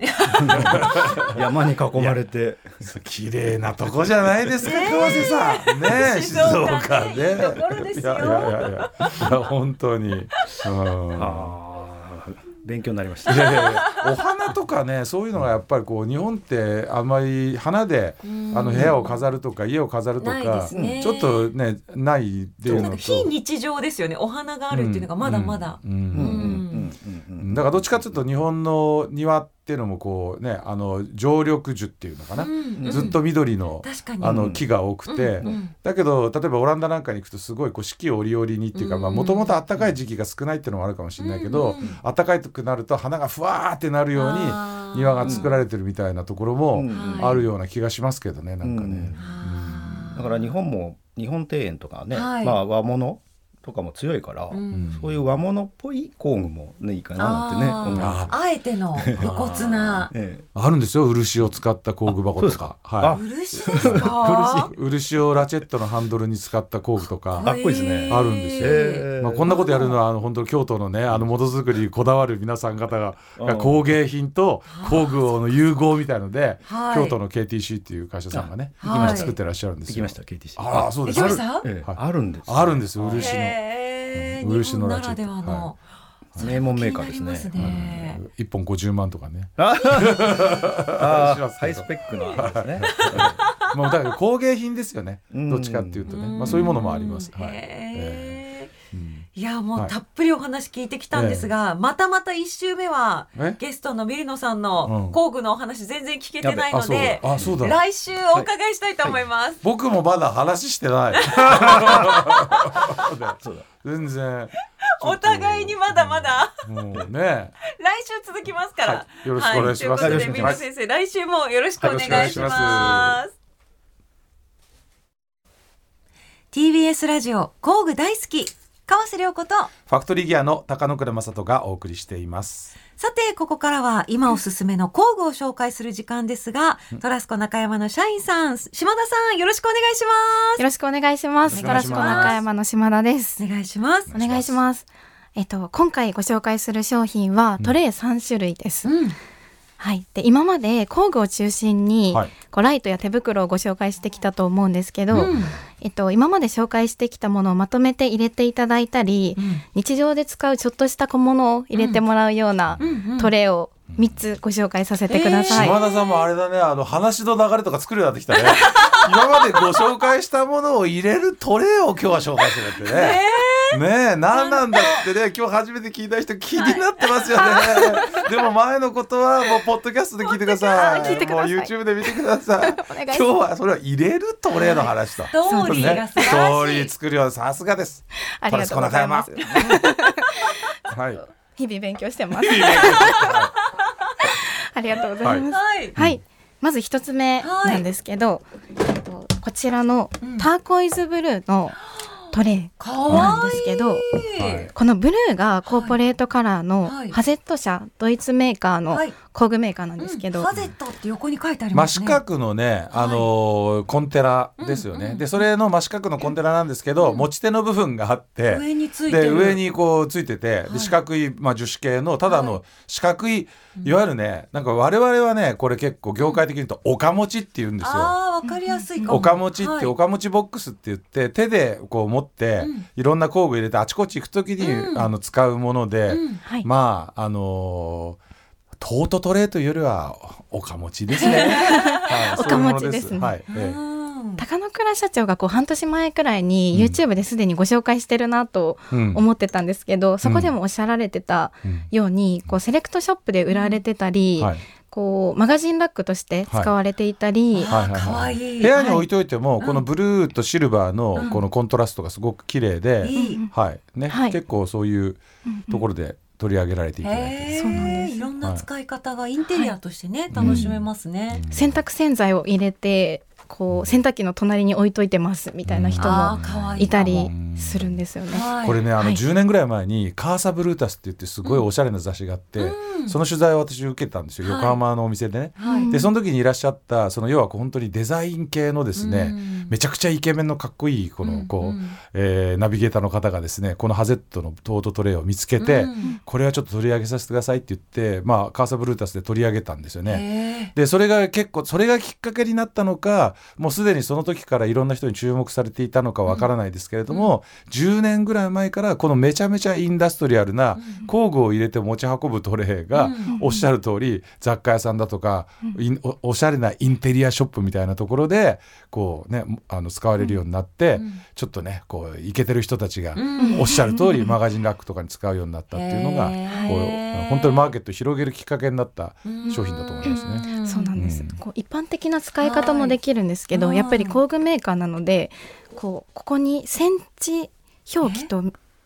Speaker 4: 山に囲まれて
Speaker 3: 綺麗なとこじゃな
Speaker 2: [LAUGHS]
Speaker 3: いですか、川瀬さん。ねえ、静
Speaker 2: 静岡
Speaker 3: 岡
Speaker 2: い
Speaker 3: ね。
Speaker 2: いところですよ
Speaker 3: いやいやいやいやいや、本当に。うん
Speaker 4: あー勉強になりまし
Speaker 3: い
Speaker 4: た。
Speaker 3: やいやいやお花とかねそういうのがやっぱりこう日本ってあんまり花であ
Speaker 2: うん
Speaker 3: の部屋を飾るとか家を飾ると
Speaker 2: ないで
Speaker 3: か
Speaker 2: すね
Speaker 3: ちょっとねないっていう
Speaker 2: な
Speaker 3: の
Speaker 2: んか
Speaker 3: と
Speaker 2: 非日常ですよね。お花があるっていうのがまだまだ。
Speaker 3: うんうん
Speaker 4: うんうんうんうん
Speaker 3: だからどっちかというと日本の庭っていうのもこうねあの常緑樹っていうのかな、
Speaker 2: うん
Speaker 3: ずっと緑の
Speaker 2: 確かに
Speaker 3: あの木が多くて、
Speaker 2: うんうん
Speaker 3: だけど例えばオランダなんかに行くとすごいこう四季折々にっていうか
Speaker 2: うん
Speaker 3: もともと暖かい時期が少ないっていうのもあるかもしれないけど、
Speaker 2: うん
Speaker 3: 暖かくなると花がふわーってなるように
Speaker 2: あー
Speaker 3: 庭が作られてるみたいなところも
Speaker 4: うん
Speaker 2: はい
Speaker 3: あるような気がしますけどねなんかね。
Speaker 2: あー
Speaker 4: だから日本も日本庭園とかね、
Speaker 2: はい
Speaker 4: まあ和物とかも強いから、
Speaker 2: うん
Speaker 3: うん
Speaker 4: そういう和物っぽい工具もねいいかなってね
Speaker 2: あー
Speaker 4: 思います。
Speaker 2: あえての露骨な
Speaker 3: [LAUGHS]
Speaker 4: ええ
Speaker 3: あるんですよ漆を使った工具箱とか。は
Speaker 4: あ
Speaker 2: 漆ですか。
Speaker 3: い、 [LAUGHS] 漆をラチェットのハンドルに使った工具とか
Speaker 4: かっこいいですね
Speaker 3: あるんですよ
Speaker 4: ええ
Speaker 3: まあ、こんなことやるのはあの本当京都のねあのものづくりにこだわる皆さん方がが工芸品と工具の融合みたいので、
Speaker 2: はい
Speaker 3: 京都の KTC っていう会社さんがね、
Speaker 2: あはい
Speaker 3: 作ってらっしゃるんです
Speaker 4: 行き
Speaker 3: よ。
Speaker 4: ました、KTC。
Speaker 3: ああそうです
Speaker 2: 行きました
Speaker 4: あるええ
Speaker 3: はい
Speaker 4: あるんですよ。
Speaker 3: あるんですよ漆
Speaker 2: へー
Speaker 3: 漆の
Speaker 2: 日本な
Speaker 3: ラチェ
Speaker 2: ら
Speaker 3: ット
Speaker 2: ではの
Speaker 3: は
Speaker 4: 名門メーカーです
Speaker 2: 気にな
Speaker 4: ね
Speaker 2: りますね。
Speaker 3: 一本50万とかね。
Speaker 4: あ
Speaker 3: し
Speaker 4: ー
Speaker 3: ますけ
Speaker 4: ハ
Speaker 3: ど
Speaker 4: イスペックなあれですね。
Speaker 3: まあだから工芸品ですよね。
Speaker 4: うん
Speaker 3: どっちかっていうとね、まあそういうものもあります。
Speaker 2: うん
Speaker 3: はい。え
Speaker 2: へ
Speaker 3: えう
Speaker 2: ー
Speaker 3: ん
Speaker 2: いやも
Speaker 3: は
Speaker 2: う
Speaker 3: い
Speaker 2: たっぷりお話聞いてきたんですが、またまた一週目は
Speaker 3: え
Speaker 2: ゲストのミリノさん
Speaker 3: う
Speaker 2: の
Speaker 3: ん
Speaker 2: 工具のお話全然聞けてない
Speaker 3: あ
Speaker 2: の
Speaker 3: そう
Speaker 2: で、
Speaker 3: だ。あそうだ。
Speaker 2: 来週お伺いしたいと思います。
Speaker 3: 僕もまだ話してない。
Speaker 4: そうだ。
Speaker 3: 全
Speaker 5: [LAUGHS]
Speaker 3: 然。
Speaker 2: お互いにまだまだ
Speaker 3: もうね。
Speaker 2: 来週続きますから、
Speaker 3: はいよろしくお願いします
Speaker 2: はということで
Speaker 4: よろし
Speaker 2: ミリノ
Speaker 4: くお願いします
Speaker 2: 先生来週もよろしくお願いし
Speaker 3: はいよろ
Speaker 2: ます
Speaker 3: しくお願いしま
Speaker 2: TBS ラジオ工具大好き川瀬良子と
Speaker 3: ファクトリーギアの高野倉正人がお送りしています。
Speaker 2: さて、ここからは今おすすめの工具を紹介する時間ですが、トラスコ中山の社員さん、島田さん、よろしくお願いしま
Speaker 5: よろしくお願いしま
Speaker 3: よ
Speaker 5: す。よ
Speaker 3: ろ
Speaker 5: ろ
Speaker 3: し
Speaker 5: し
Speaker 3: く
Speaker 5: く
Speaker 3: お
Speaker 5: お
Speaker 3: 願いします
Speaker 5: 中山の島田です
Speaker 2: す。。お願いします。
Speaker 5: お願いします。えっと、今回ご紹介する商品はトレイ3種類です。
Speaker 2: うん。
Speaker 5: はい。で、今まで工具を中心に、
Speaker 3: はい
Speaker 5: こうライトや手袋をご紹介してきたと思うんですけど、
Speaker 2: うん
Speaker 5: えっと、今まで紹介してきたものをまとめて入れていただいたり、
Speaker 2: うん
Speaker 5: 日常で使うちょっとした小物を入れてもらうような
Speaker 2: うんうん
Speaker 5: トレイを3つご紹介させてください。
Speaker 3: 島田さんもあれだね、あの話の流れとか作るようになってきたね。 [LAUGHS] 今までご紹介したものを入れるトレイを今日は紹介するってね。ねえ、何なんだってね、今日初めて聞いた人気になってますよね。 [LAUGHS] でも前のことはもうポッドキャストで聞いてください。
Speaker 5: ポッドキャスト聞いてください
Speaker 3: もう YouTube で見てください。
Speaker 5: [LAUGHS] お願
Speaker 3: 今
Speaker 5: いします
Speaker 3: 日はそれは入れるトレイの話と。
Speaker 2: トーリーが素
Speaker 3: ね、ストー
Speaker 2: 晴
Speaker 3: リ
Speaker 2: ら
Speaker 3: ー
Speaker 2: しい。
Speaker 3: 作るようさすがです。
Speaker 5: ありがとうございます
Speaker 3: トラスコ
Speaker 2: [LAUGHS]
Speaker 3: 中山はい。
Speaker 5: 日々勉強してます。 [LAUGHS] ありがとうございます。
Speaker 2: はい。
Speaker 5: はい、まず一つ目なんですけど、えっとこちらの
Speaker 2: うん
Speaker 5: ターコイズブルーのトレイ
Speaker 2: かわ
Speaker 5: なんですけ
Speaker 2: い
Speaker 5: ど
Speaker 2: い。
Speaker 3: はい
Speaker 5: このブルーがコーポレートカラーの
Speaker 2: はい
Speaker 5: ハゼット社ドイツメーカーの
Speaker 2: はい
Speaker 5: 工具メーカーなんですけ
Speaker 2: う
Speaker 5: ど
Speaker 2: んハゼットって横に書いてあり
Speaker 3: 真
Speaker 2: ます
Speaker 3: 四
Speaker 2: ね。
Speaker 3: 角のね、あのーコンテラですよね、
Speaker 2: うんうん
Speaker 3: でそれの真四角のコンテラなんですけど、持ち手の部分があって
Speaker 2: 上についてる。
Speaker 3: で上にこうついてて、
Speaker 2: はい
Speaker 3: で四角い、まあ、樹脂系のただ
Speaker 2: は
Speaker 3: の四角い、い、わゆるねなんか我々はねこれ結構業界的に言うと「おかもち」って言うんですよ。
Speaker 2: ああわかりやすいかも。
Speaker 3: おかもちっ
Speaker 2: はい
Speaker 3: ておかもちボックスって言って手でこう持って
Speaker 2: うん
Speaker 3: いろんな工具入れてあちこち行く時
Speaker 2: うん
Speaker 3: にあの使うもので
Speaker 2: うん
Speaker 5: はい
Speaker 3: まああのートートトレーというよりはおかもちで
Speaker 2: [LAUGHS]
Speaker 3: すね。はい
Speaker 5: おかもちです
Speaker 3: そう
Speaker 5: ね
Speaker 3: いうものはいええ
Speaker 2: うん
Speaker 5: 高野倉社長がこう半年前くらいに YouTube ですでにご紹介してるなと
Speaker 3: うん
Speaker 5: 思ってたんですけど、そこでもおっしゃられてた
Speaker 3: うん
Speaker 5: ようにこうセレクトショップで売られてたり、
Speaker 3: はい
Speaker 5: こうマガジンラックとして使われていたり、
Speaker 3: はいはい
Speaker 2: かわ
Speaker 3: はい
Speaker 2: いい
Speaker 3: 部屋に置いといても
Speaker 2: い
Speaker 3: このブルーとシルバー
Speaker 2: うん
Speaker 3: のこのコントラストがすごく綺麗で、
Speaker 2: いい。
Speaker 3: はいね
Speaker 5: はい
Speaker 3: 結構そういうところで取り上げられていただいて
Speaker 2: へ
Speaker 3: ます
Speaker 2: え、
Speaker 5: そうなんです
Speaker 2: いろんな使い方がインテリアとしてね、楽しめますね。
Speaker 5: 洗濯洗剤を入れてこう洗濯機の隣に置いといてますみたいな人
Speaker 2: あ
Speaker 5: も
Speaker 2: あ、かわいい
Speaker 5: いた
Speaker 2: かも。
Speaker 5: りするんですよね。
Speaker 2: はい
Speaker 3: これねあの
Speaker 5: はい
Speaker 3: 10年ぐらい前に「カーサ・ブルータス」って言ってすごいおしゃれな雑誌があって、
Speaker 2: うん
Speaker 3: その取材を私受けたんですよ
Speaker 2: はい
Speaker 3: 横浜のお店でね。
Speaker 2: はい。
Speaker 3: でその時にいらっしゃったその要は本当にデザイン系のですね、
Speaker 2: うん
Speaker 3: めちゃくちゃイケメンのかっこいいこのこう、
Speaker 2: うんうん
Speaker 3: えーナビゲーターの方がですねこのハゼットのトートトレイを見つけて、
Speaker 2: うん
Speaker 3: これはちょっと取り上げさせてくださいって言って、まあ、カーサ・ブルータスで取り上げたんですよね。
Speaker 2: へえ
Speaker 3: でそれが結構それがきっかけになったのかもうすでにその時からいろんな人に注目されていたのかわからないですけれども、10年ぐらい前からこのめちゃめちゃインダストリアルな工具を入れて持ち運ぶトレイが、
Speaker 2: うん
Speaker 3: おっしゃる通り雑貨屋さんだとか、インおおしゃれなインテリアショップみたいなところでこう、ね、あの使われるようになって、
Speaker 2: うん
Speaker 3: ちょっとねこうイケてる人たちが。
Speaker 2: うん
Speaker 3: おっしゃる通りマガジンラックとかに使うようになったっていうのが、
Speaker 2: へー
Speaker 3: こう本当にマーケットを広げるきっかけになった商品だと思いますね。
Speaker 2: うん
Speaker 5: そうなんです、
Speaker 3: うん
Speaker 5: こう一般的な使い方もできるんですけど、
Speaker 2: はい
Speaker 5: やっぱり工具メーカーなのでこうここにセンチ表記と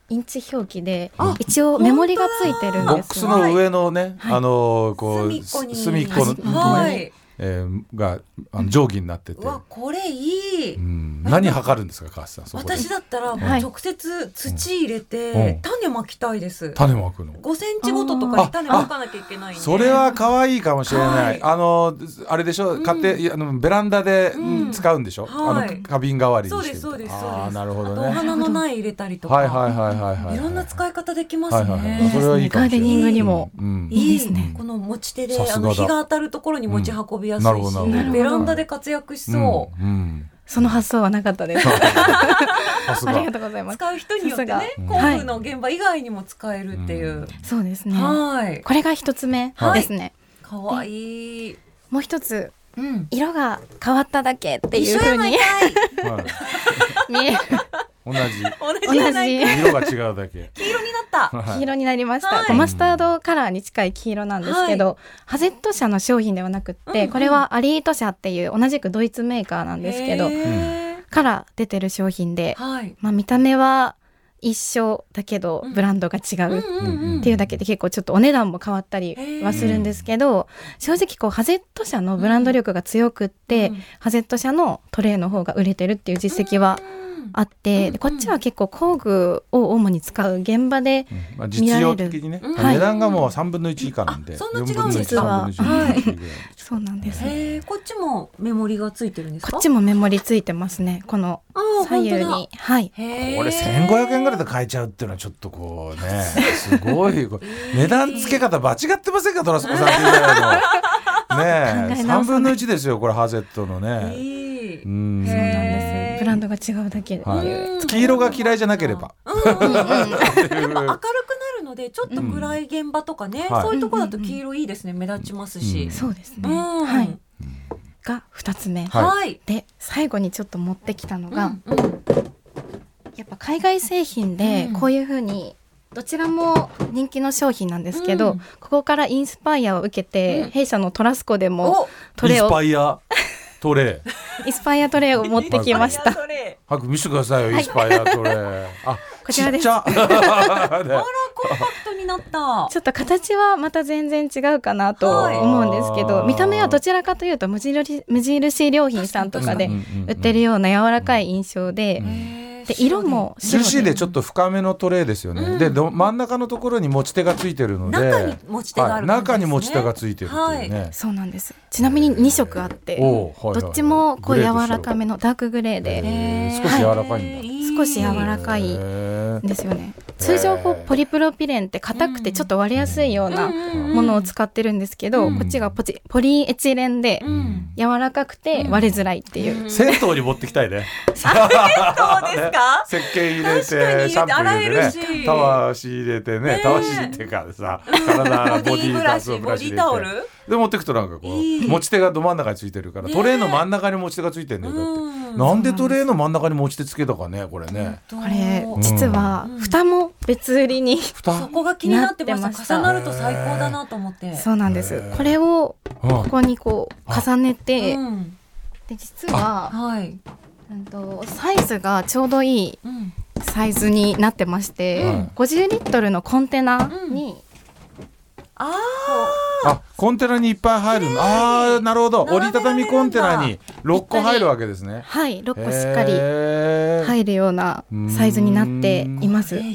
Speaker 5: インチ表記で一応メモリがついてるん
Speaker 3: ボッ
Speaker 5: で
Speaker 3: ク
Speaker 5: す
Speaker 3: ス
Speaker 5: よ。
Speaker 3: の上のね、
Speaker 5: はい
Speaker 3: あのこう
Speaker 2: 隅っこに
Speaker 3: 隅っこの、
Speaker 2: はい。
Speaker 3: えーがあの定規になってて、
Speaker 2: うわこれいい。
Speaker 3: うん、何測るんですか川瀬さんそこで
Speaker 2: 私だったらもう
Speaker 5: はい
Speaker 2: 直接土入れ
Speaker 3: う
Speaker 2: て
Speaker 3: ん
Speaker 2: 種まきたいです。
Speaker 3: 種をまくの
Speaker 2: 5センチごととかに種まかなきゃいけないんで。
Speaker 3: それは可愛いかもしれない、
Speaker 2: はい
Speaker 3: あのあれでしょ買って、いやあのベランダで
Speaker 2: うん
Speaker 3: 使うんでしょ、
Speaker 2: はい
Speaker 3: あの花瓶代わり
Speaker 2: そ
Speaker 3: に
Speaker 2: う
Speaker 3: して
Speaker 2: ですそうですそうです。
Speaker 3: ああなるほ
Speaker 2: あ
Speaker 3: ど
Speaker 2: と
Speaker 3: ね
Speaker 2: お
Speaker 3: はい
Speaker 2: 花の苗入れたりとか。
Speaker 3: はいはいはいはい
Speaker 2: いろんな使い方できま
Speaker 3: は
Speaker 2: す
Speaker 3: いはいはい
Speaker 5: いい
Speaker 2: ね
Speaker 5: で。
Speaker 3: それはいいかもしれない
Speaker 5: ガーデニングにも
Speaker 3: うんうん
Speaker 5: いいですね
Speaker 2: この持ち手
Speaker 3: さ
Speaker 2: で、
Speaker 3: す
Speaker 2: あ
Speaker 3: がだ
Speaker 2: の日が当たるところに持ち運びやすい
Speaker 3: うんなるほ
Speaker 2: し
Speaker 3: どなるほ、ど
Speaker 2: ベランダで活躍しそ。
Speaker 3: うんうん
Speaker 5: その発想はなかったです。
Speaker 3: さす
Speaker 5: あ
Speaker 3: が
Speaker 5: りがとうございうます。
Speaker 2: 使う人によって
Speaker 5: さ
Speaker 2: ね、
Speaker 5: す
Speaker 3: が
Speaker 2: 工具の現場以外にも使えるっていう。
Speaker 5: そうですね。
Speaker 2: はい。
Speaker 5: これが一つ目ですね。
Speaker 2: かわいい。
Speaker 5: もう一つ
Speaker 2: うん。
Speaker 5: 色が変わっただけってい
Speaker 2: 一
Speaker 5: う
Speaker 2: 緒
Speaker 5: 風
Speaker 2: やない
Speaker 5: に
Speaker 2: かい。
Speaker 3: はい
Speaker 5: 見える
Speaker 3: 同じ
Speaker 2: 同じ
Speaker 5: 同
Speaker 2: じゃない
Speaker 5: じ
Speaker 2: か。
Speaker 3: 色が違うだけ
Speaker 2: 黄色になった。
Speaker 5: 黄色になりました、
Speaker 2: はい
Speaker 5: マスタードカラーに近い黄色なんですけど、ハゼット社の商品ではなくって、これはアリート社っていう同じくドイツメーカーなんですけど、
Speaker 2: へー
Speaker 5: から出てる商品で、
Speaker 2: はい。
Speaker 5: まあ、見た目は一緒だけど
Speaker 2: うん
Speaker 5: ブランドが違うっ
Speaker 2: うんうんうん
Speaker 5: ていうだけで結構ちょっとお値段も変わったりはするんですけど、正直こうハゼット社のブランド力が強くって、
Speaker 2: うん
Speaker 5: ハゼット社のトレイの方が売れてるっていう実績はあって、でこっちは結構工具を主に使う現場で
Speaker 3: まあ、実用的にね、
Speaker 2: 見られる
Speaker 3: あの値段がもう3分の1以下なんで、
Speaker 2: あそんな違うん
Speaker 3: 4分の
Speaker 2: で
Speaker 3: 1
Speaker 2: す
Speaker 5: か
Speaker 3: 3分の1
Speaker 2: はい
Speaker 3: ぐらい
Speaker 5: そうなんです
Speaker 2: へーこっちもメモリがついてるんですか。
Speaker 5: こっち
Speaker 2: も。
Speaker 5: もメモリついてますね。この左右に。はい。
Speaker 2: へー
Speaker 3: これ1500円ぐらいで買えちゃうっていうのはちょっとこうねすごいこう値段付け方間違ってませんかトラスコさんっていうぐらいのね
Speaker 5: 考
Speaker 3: え
Speaker 5: え直さない
Speaker 3: 3分の1ですよこれハゼットのね
Speaker 2: いい。
Speaker 3: うん
Speaker 2: そうなんです
Speaker 5: ブランドが違うだけで。
Speaker 3: は
Speaker 2: うん
Speaker 3: い、黄色が嫌いじゃなければ
Speaker 2: うんうんうん
Speaker 5: うん
Speaker 3: ってい
Speaker 2: やっぱ明る
Speaker 3: う
Speaker 2: くなるのでちょっと暗い現場とかね、
Speaker 3: うん
Speaker 2: そういうとこだと黄色いいですね、目立ちますし。
Speaker 5: [LAUGHS] そうです
Speaker 2: う
Speaker 5: ね。
Speaker 2: ん
Speaker 5: はい。が二つ目。
Speaker 3: はい
Speaker 2: はい。
Speaker 5: で最後にちょっと持ってきたのが、
Speaker 2: うんうん
Speaker 5: やっぱ海外製品で
Speaker 2: うん
Speaker 5: こういう風にどちらも人気の商品なんですけど、
Speaker 2: うん
Speaker 5: ここからインスパイアを受けて、
Speaker 2: うん
Speaker 5: 弊社のトラスコでも
Speaker 2: お、
Speaker 5: ト
Speaker 3: イン
Speaker 5: レイ
Speaker 3: ス
Speaker 5: を
Speaker 3: パイアトレイ
Speaker 5: インスパイアトレイを持ってきまし
Speaker 2: あ
Speaker 5: た。
Speaker 2: それ
Speaker 3: 早く見せてくださいよインスパイアトレイあ
Speaker 5: こちらです
Speaker 3: ちっちゃね
Speaker 2: コンパクトになった。
Speaker 5: ちょっと形はまた全然違うかなと
Speaker 2: はい
Speaker 5: 思うんですけど、
Speaker 3: あー
Speaker 5: 見た目はどちらかというと無印無印良品さんとかで
Speaker 3: うんうんうん
Speaker 5: 売ってるような柔らかい印象で、
Speaker 3: うん
Speaker 2: へー
Speaker 5: で色も
Speaker 3: 寿
Speaker 5: 白
Speaker 3: 司でちょっと深めのトレーですよね、
Speaker 2: うん
Speaker 3: でど真ん中のところに持ち手がついてるので
Speaker 2: 中に持ち手がある
Speaker 3: はい
Speaker 2: 感じですね
Speaker 3: 中に持ち手がついてるっていうね、
Speaker 5: そうなんですちなみに2色あって、
Speaker 3: おうはいはいはい
Speaker 5: どっちもこう
Speaker 3: グ
Speaker 5: 柔
Speaker 3: レーと白
Speaker 5: らかめのダークグレー
Speaker 3: へ
Speaker 5: で
Speaker 3: え
Speaker 2: へー
Speaker 3: 少し柔らかいんだ
Speaker 5: 少し柔らかい
Speaker 3: へえ
Speaker 5: ですよね通常こうポリプロピレンって硬くてちょっと割れやすいようなものを使ってるんですけど、
Speaker 3: うん
Speaker 5: こっちがポチポリエチレンで
Speaker 2: うん
Speaker 5: 柔らかくて割れづらいっていう、
Speaker 3: 銭湯に持ってきたいね
Speaker 2: そうですか
Speaker 3: 石鹸入れて
Speaker 2: 確かに
Speaker 3: シャンプー入れ
Speaker 2: 洗
Speaker 3: て
Speaker 2: える
Speaker 3: ね
Speaker 2: した
Speaker 3: わし入れてね
Speaker 2: え
Speaker 3: たわしっていうかさ体
Speaker 2: ボデ
Speaker 3: ボデ
Speaker 2: ィ
Speaker 3: ィ
Speaker 2: ブ
Speaker 3: ー
Speaker 2: ラ
Speaker 3: タ
Speaker 2: シ
Speaker 3: オルブラシ
Speaker 2: ボディ
Speaker 3: 入れ
Speaker 2: タオ
Speaker 3: て
Speaker 2: ル
Speaker 3: で持ってくとなんかこ
Speaker 2: いいう
Speaker 3: 持ち手がど真ん中についてるから
Speaker 2: ねえ
Speaker 3: トレーの真ん中に持ち手がついてるのよだってなんでトレーの真ん中に持ち手つけたかねこれね
Speaker 2: こ
Speaker 5: これ
Speaker 3: ん
Speaker 5: 実は蓋も別売りに、
Speaker 2: そ
Speaker 3: 蓋
Speaker 2: こが気になってま
Speaker 5: なって
Speaker 2: し
Speaker 5: ましたた
Speaker 2: 重なると最高だなと思って
Speaker 5: そうなんです、
Speaker 3: へー
Speaker 5: これを
Speaker 3: うん
Speaker 5: ここにこう重ねて、
Speaker 2: うん
Speaker 5: で実は、
Speaker 2: はい
Speaker 5: うん、とサイズがちょうどいい
Speaker 2: うん
Speaker 5: サイズになってまして、
Speaker 3: うん
Speaker 5: 50リットルのコンテナに、
Speaker 2: あ
Speaker 3: あコンテナにいっぱい入るのあーなるほど
Speaker 2: 並べられるん
Speaker 3: 折り
Speaker 2: だ
Speaker 3: たたみコンテナに6個入るわけですね
Speaker 5: はい6個しっかり
Speaker 3: は
Speaker 5: 入るようなサイズになっていま
Speaker 2: あ
Speaker 5: す。
Speaker 3: はい
Speaker 2: い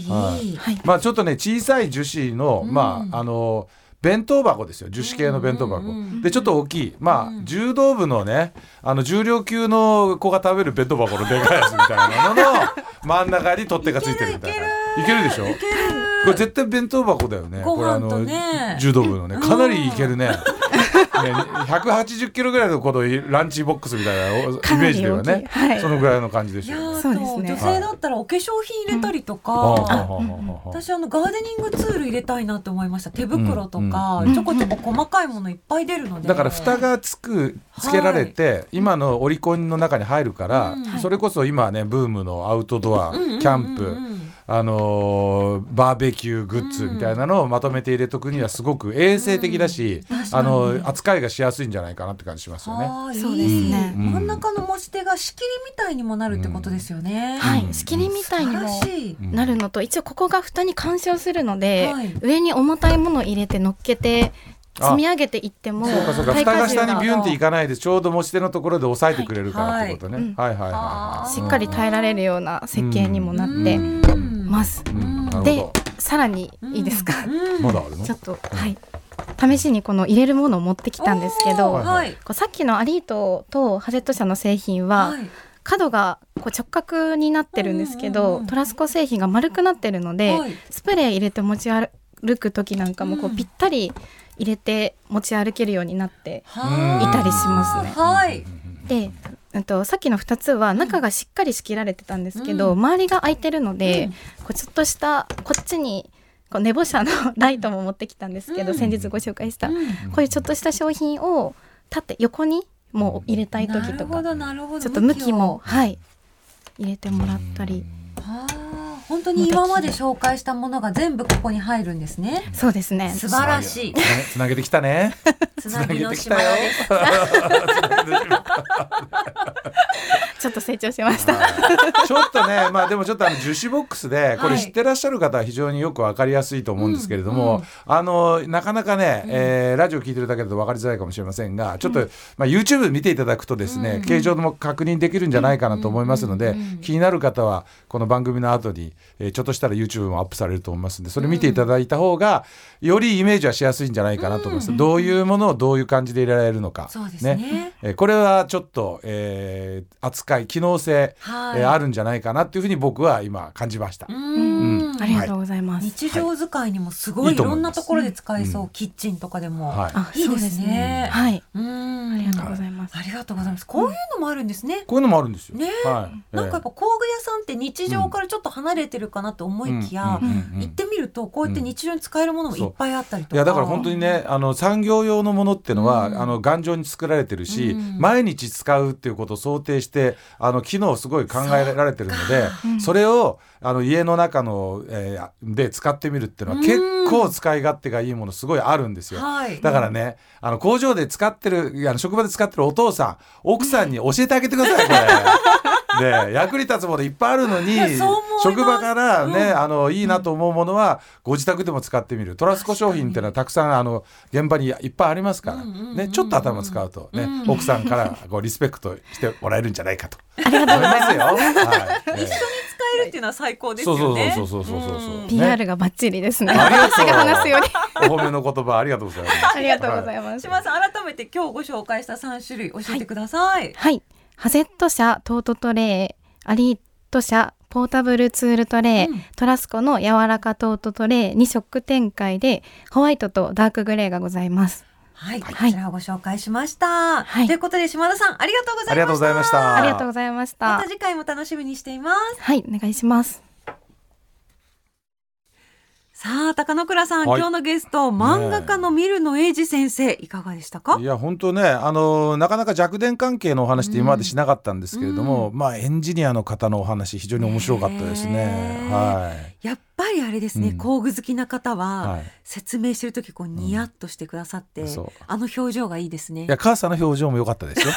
Speaker 2: い
Speaker 5: はい、
Speaker 3: まあちょっとね小さい樹脂の、
Speaker 2: うん
Speaker 3: まああの弁当箱ですよ樹脂系の弁当箱、
Speaker 2: うんうんうん
Speaker 3: でちょっと大きいまあ、
Speaker 2: うん
Speaker 3: 柔道部のねあの重量級の子が食べる弁当箱のでかいやつみたいな
Speaker 2: [LAUGHS]
Speaker 3: のの真ん中に取っ手がついてるみたいないけるでしょ
Speaker 2: いける
Speaker 3: これ絶対弁当箱だよね
Speaker 2: ご飯
Speaker 3: これ
Speaker 2: とね
Speaker 3: 柔道部のねかなりいけるねね180キロぐらいのこのランチボックスみたいなおイメ
Speaker 5: かな
Speaker 3: ージ
Speaker 5: り
Speaker 3: では
Speaker 5: 大きい。
Speaker 3: ね、
Speaker 5: はい
Speaker 3: そ。のぐらいの感じで
Speaker 2: い
Speaker 3: しょ
Speaker 2: や
Speaker 3: うね。
Speaker 2: ー
Speaker 5: そうですね
Speaker 2: 女性だったらお化粧品入れたりとか、
Speaker 3: ああああああ
Speaker 2: 私あのガーデニングツール入れたいなと思いました手袋とか、
Speaker 3: うんうん
Speaker 2: ちょこちょこ細かいものいっぱい出るので
Speaker 3: だから蓋がつくつけられて、今のオリコンの中に入るから、
Speaker 2: うん
Speaker 3: それこそ今ねブームのアウトドア、
Speaker 2: うんうんうんうん
Speaker 3: キャンプ、あのーバーベキューグッズみたいなのをまとめて入れとくにはすごく衛生的だし、
Speaker 2: うん確か
Speaker 3: あ
Speaker 2: に
Speaker 3: のー扱いがしやすいんじゃないかなって感じしますよね。
Speaker 2: あーいい
Speaker 5: そうですね
Speaker 3: うん
Speaker 2: 真ん中の持ち手が仕切りみたいにもなるってことですよね、
Speaker 5: はい。仕切りみたいにも
Speaker 2: 素晴らしい
Speaker 3: うん
Speaker 5: なるのと、一応ここが蓋に干渉するので、
Speaker 2: はい
Speaker 5: 上に重たいものを入れて乗っけて
Speaker 3: あ
Speaker 5: 積み上げていっても、
Speaker 3: そうかそうか
Speaker 5: 耐荷
Speaker 3: 蓋が下
Speaker 5: 重
Speaker 3: にビュンっていかないでちょうど持ち手のところで押さえてくれるからってことね。はいはいはい
Speaker 2: あ
Speaker 3: は
Speaker 2: ー
Speaker 3: い。
Speaker 5: しっかり耐えられるような設計にもなって
Speaker 2: うん
Speaker 5: ます。
Speaker 3: うんなるほ
Speaker 5: で
Speaker 3: ど。、
Speaker 5: さらにいいですか？
Speaker 2: うん
Speaker 3: まだあるの
Speaker 5: ちょっとはい。試しにこの入れるものを持ってきたんですけど、
Speaker 2: おーはい
Speaker 5: こうさっきのアリートとハゼット社の製品は、
Speaker 2: はい
Speaker 5: 角がこう直角になってるんですけ
Speaker 2: うんう
Speaker 5: ど、
Speaker 2: んうんうん
Speaker 5: トラスコ製品が丸くなってるので、
Speaker 2: はい
Speaker 5: スプレー入れて持ち歩く時なんかもこ
Speaker 2: う
Speaker 5: うんぴったり入れて持ち歩けるようになって、
Speaker 2: はい
Speaker 5: たりしますね
Speaker 2: はい
Speaker 5: で、うんと、さっきの2つは中がしっかり仕切られてたんですけど、
Speaker 2: うん
Speaker 5: 周りが空いてるので、
Speaker 2: うん
Speaker 5: こうちょっとしたこっちにこう寝坊者のライトも持ってきたんですけど、
Speaker 2: うん
Speaker 5: 先日ご紹介した、
Speaker 2: うん
Speaker 5: こういうちょっとした商品を立って横にもう入れたい
Speaker 2: な
Speaker 5: 時
Speaker 2: る
Speaker 5: と
Speaker 2: ほ
Speaker 5: か
Speaker 2: どなるほど
Speaker 5: ちょっと向き
Speaker 2: を
Speaker 5: もはい入れてもらったり。
Speaker 2: あー本当に今まで紹介したものが全部ここに入るんですね。
Speaker 3: [LAUGHS]
Speaker 5: そうですね。
Speaker 2: 素晴らしい。
Speaker 3: つなげてきたね。
Speaker 2: つ
Speaker 3: つな
Speaker 2: なぎ
Speaker 3: げ
Speaker 2: の
Speaker 3: てき
Speaker 2: 島
Speaker 3: たよ
Speaker 2: 屋です。。
Speaker 5: ちょっと成長しました。
Speaker 3: [LAUGHS] ちょっとね、まあでもちょっとあの樹脂ボックスで、こ
Speaker 2: は
Speaker 3: れ
Speaker 2: い
Speaker 3: 知ってらっしゃる方は非常によくわかりやすいと思うんですけれども、
Speaker 2: うんうん
Speaker 3: あの、なかなかね、えーラジオ聞いてるだけだとわかりづらいかもしれませんが、ちょっと、まあ YouTube 見ていただくとですね、形状も確認できるんじゃないかなと思いますので、気になる方は、この番組の後に、えーちょっとしたら YouTube もアップされると思いますんで、それ見ていただいた方が、よりイメージはしやすいんじゃないかなと思います。どういうものをどういう感じで入れられるのか。
Speaker 2: そうですね。
Speaker 3: えーこれはちょっと、えー扱い機能性、
Speaker 2: はい
Speaker 3: えーあるんじゃないかなっていうふうに僕は今感じました。
Speaker 2: う
Speaker 5: うん
Speaker 2: ん
Speaker 5: ありがとうございます。
Speaker 2: 日常使いにもすご
Speaker 3: はいい
Speaker 2: いろんなところで使えそうう。キッチンとかでも。
Speaker 3: はい
Speaker 5: あ、
Speaker 2: いい
Speaker 5: そ
Speaker 2: で
Speaker 5: うですすね。
Speaker 2: ね。
Speaker 5: はい。
Speaker 2: うん。あ
Speaker 5: ありがとうございます。
Speaker 2: ありがとうございます。こういうのもあるんですね。
Speaker 3: こういうのもあるんですよ。
Speaker 2: ね
Speaker 3: はい、
Speaker 2: なんかやっぱ工具屋さんって日常からちょっと離れてるかなと思いきや
Speaker 3: うんうんうんうん
Speaker 2: 行ってみるとこうやって日常に使えるものもいっぱいあったりとか
Speaker 3: いやだから本当にねあの産業用のものってのは、
Speaker 2: うん
Speaker 3: あの頑丈に作られてるし、
Speaker 2: うん
Speaker 3: 毎日使うっていうことを想定してあの機能をすごい考えられてるのでそ,、
Speaker 5: うん
Speaker 3: れをあの家の中の、えーで使ってみるっていうのは結構使い勝手がいいものすごいあるんですよ。
Speaker 2: はい
Speaker 3: だからね、あの工場で使ってるいやあの職場で使ってるお父さん奥さんに教えてあげてくださいこれ。で役に立つものいっぱいあるのに
Speaker 2: いやそう思います
Speaker 3: 職場からね、あのいいなと思うものはご自宅でも使ってみるトラスコ商品っていうのはたくさんあの現場にいっぱいありますから、
Speaker 2: うんうんうんうん
Speaker 3: ね、ちょっと頭使うと、ね
Speaker 2: うん
Speaker 3: 奥さんからこうリスペクトしてもらえるんじゃないかと
Speaker 5: ありがとうご
Speaker 3: 思い
Speaker 5: ざい
Speaker 3: ま
Speaker 5: ます
Speaker 3: よ。はいえ
Speaker 2: 一
Speaker 3: え
Speaker 2: 緒に使っていうのは最高です
Speaker 3: そうそ
Speaker 2: よ
Speaker 3: う
Speaker 2: ね。
Speaker 3: そうそうそうそうそう、
Speaker 2: ん
Speaker 3: ね
Speaker 5: PR がバッチリですね。
Speaker 3: ありがとう
Speaker 5: 私が話すより
Speaker 3: お褒めの言葉ありがとうございます
Speaker 5: ありがとうございます。
Speaker 2: 島さん改めて今日ご紹介した三種類教えてください。
Speaker 5: はい。ハゼット社トートトレイ、アリート社ポータブルツールトレイ、
Speaker 2: うん
Speaker 5: トラスコの柔らかトートトレイ2色展開でホワイトとダークグレーがございます。
Speaker 2: はい、
Speaker 5: はい
Speaker 2: こちらをご紹介しました。
Speaker 5: はい
Speaker 2: ということで島田さんありがとうございました。
Speaker 3: ありがとうございました
Speaker 5: ありがとうございまし
Speaker 2: ま
Speaker 5: た
Speaker 2: た。次回も楽しみにしています。
Speaker 5: はい、お願いします。
Speaker 2: さあ高野倉さん、
Speaker 3: はい
Speaker 2: 今日のゲスト漫画家のミルノエイジ先生いかがでしたか
Speaker 3: い。や本当ねあのなかなか弱点関係のお話って今までしなかったんですけれども、まあエンジニアの方のお話非常に面白かったですね
Speaker 2: へ。ー
Speaker 3: はい。
Speaker 2: やっぱりあれですね、
Speaker 3: うん
Speaker 2: 工具好きな方は
Speaker 3: はい
Speaker 2: 説明してる時こうニヤッとしてくださって、
Speaker 3: うんそう
Speaker 2: あの表情がいいですね
Speaker 3: いや母さんの表情も良かっ
Speaker 2: [LAUGHS]
Speaker 3: たですよ。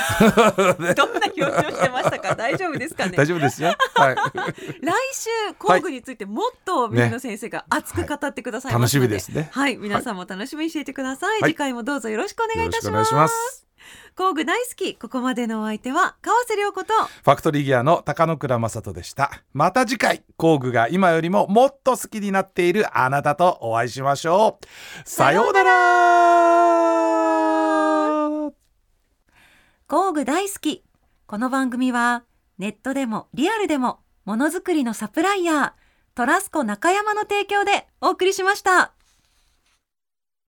Speaker 2: どんな表情してました
Speaker 3: [LAUGHS]
Speaker 2: か大丈夫ですかね
Speaker 3: 大丈夫で
Speaker 2: [LAUGHS]
Speaker 3: すよ。はい。
Speaker 2: 来週工具についてもっと水野先生が熱く語ってくださいますの
Speaker 3: ねはい楽しみですね
Speaker 2: はい皆さんも楽しみにしていてください、
Speaker 3: はい
Speaker 2: 次回もどうぞよろしくお願いい
Speaker 3: よろ
Speaker 2: た
Speaker 3: し
Speaker 2: し
Speaker 3: くお
Speaker 2: ます
Speaker 3: 願いします。
Speaker 2: 工具大好きここまでのお相手は川瀬良子と
Speaker 3: ファクトリーギアの高野倉正人でした。また次回工具が今よりももっと好きになっているあなたとお会いしましょう。さようなら。
Speaker 2: 工具大好きこの番組はネットでもリアルでもものづくりのサプライヤートラスコ中山の提供でお送りしました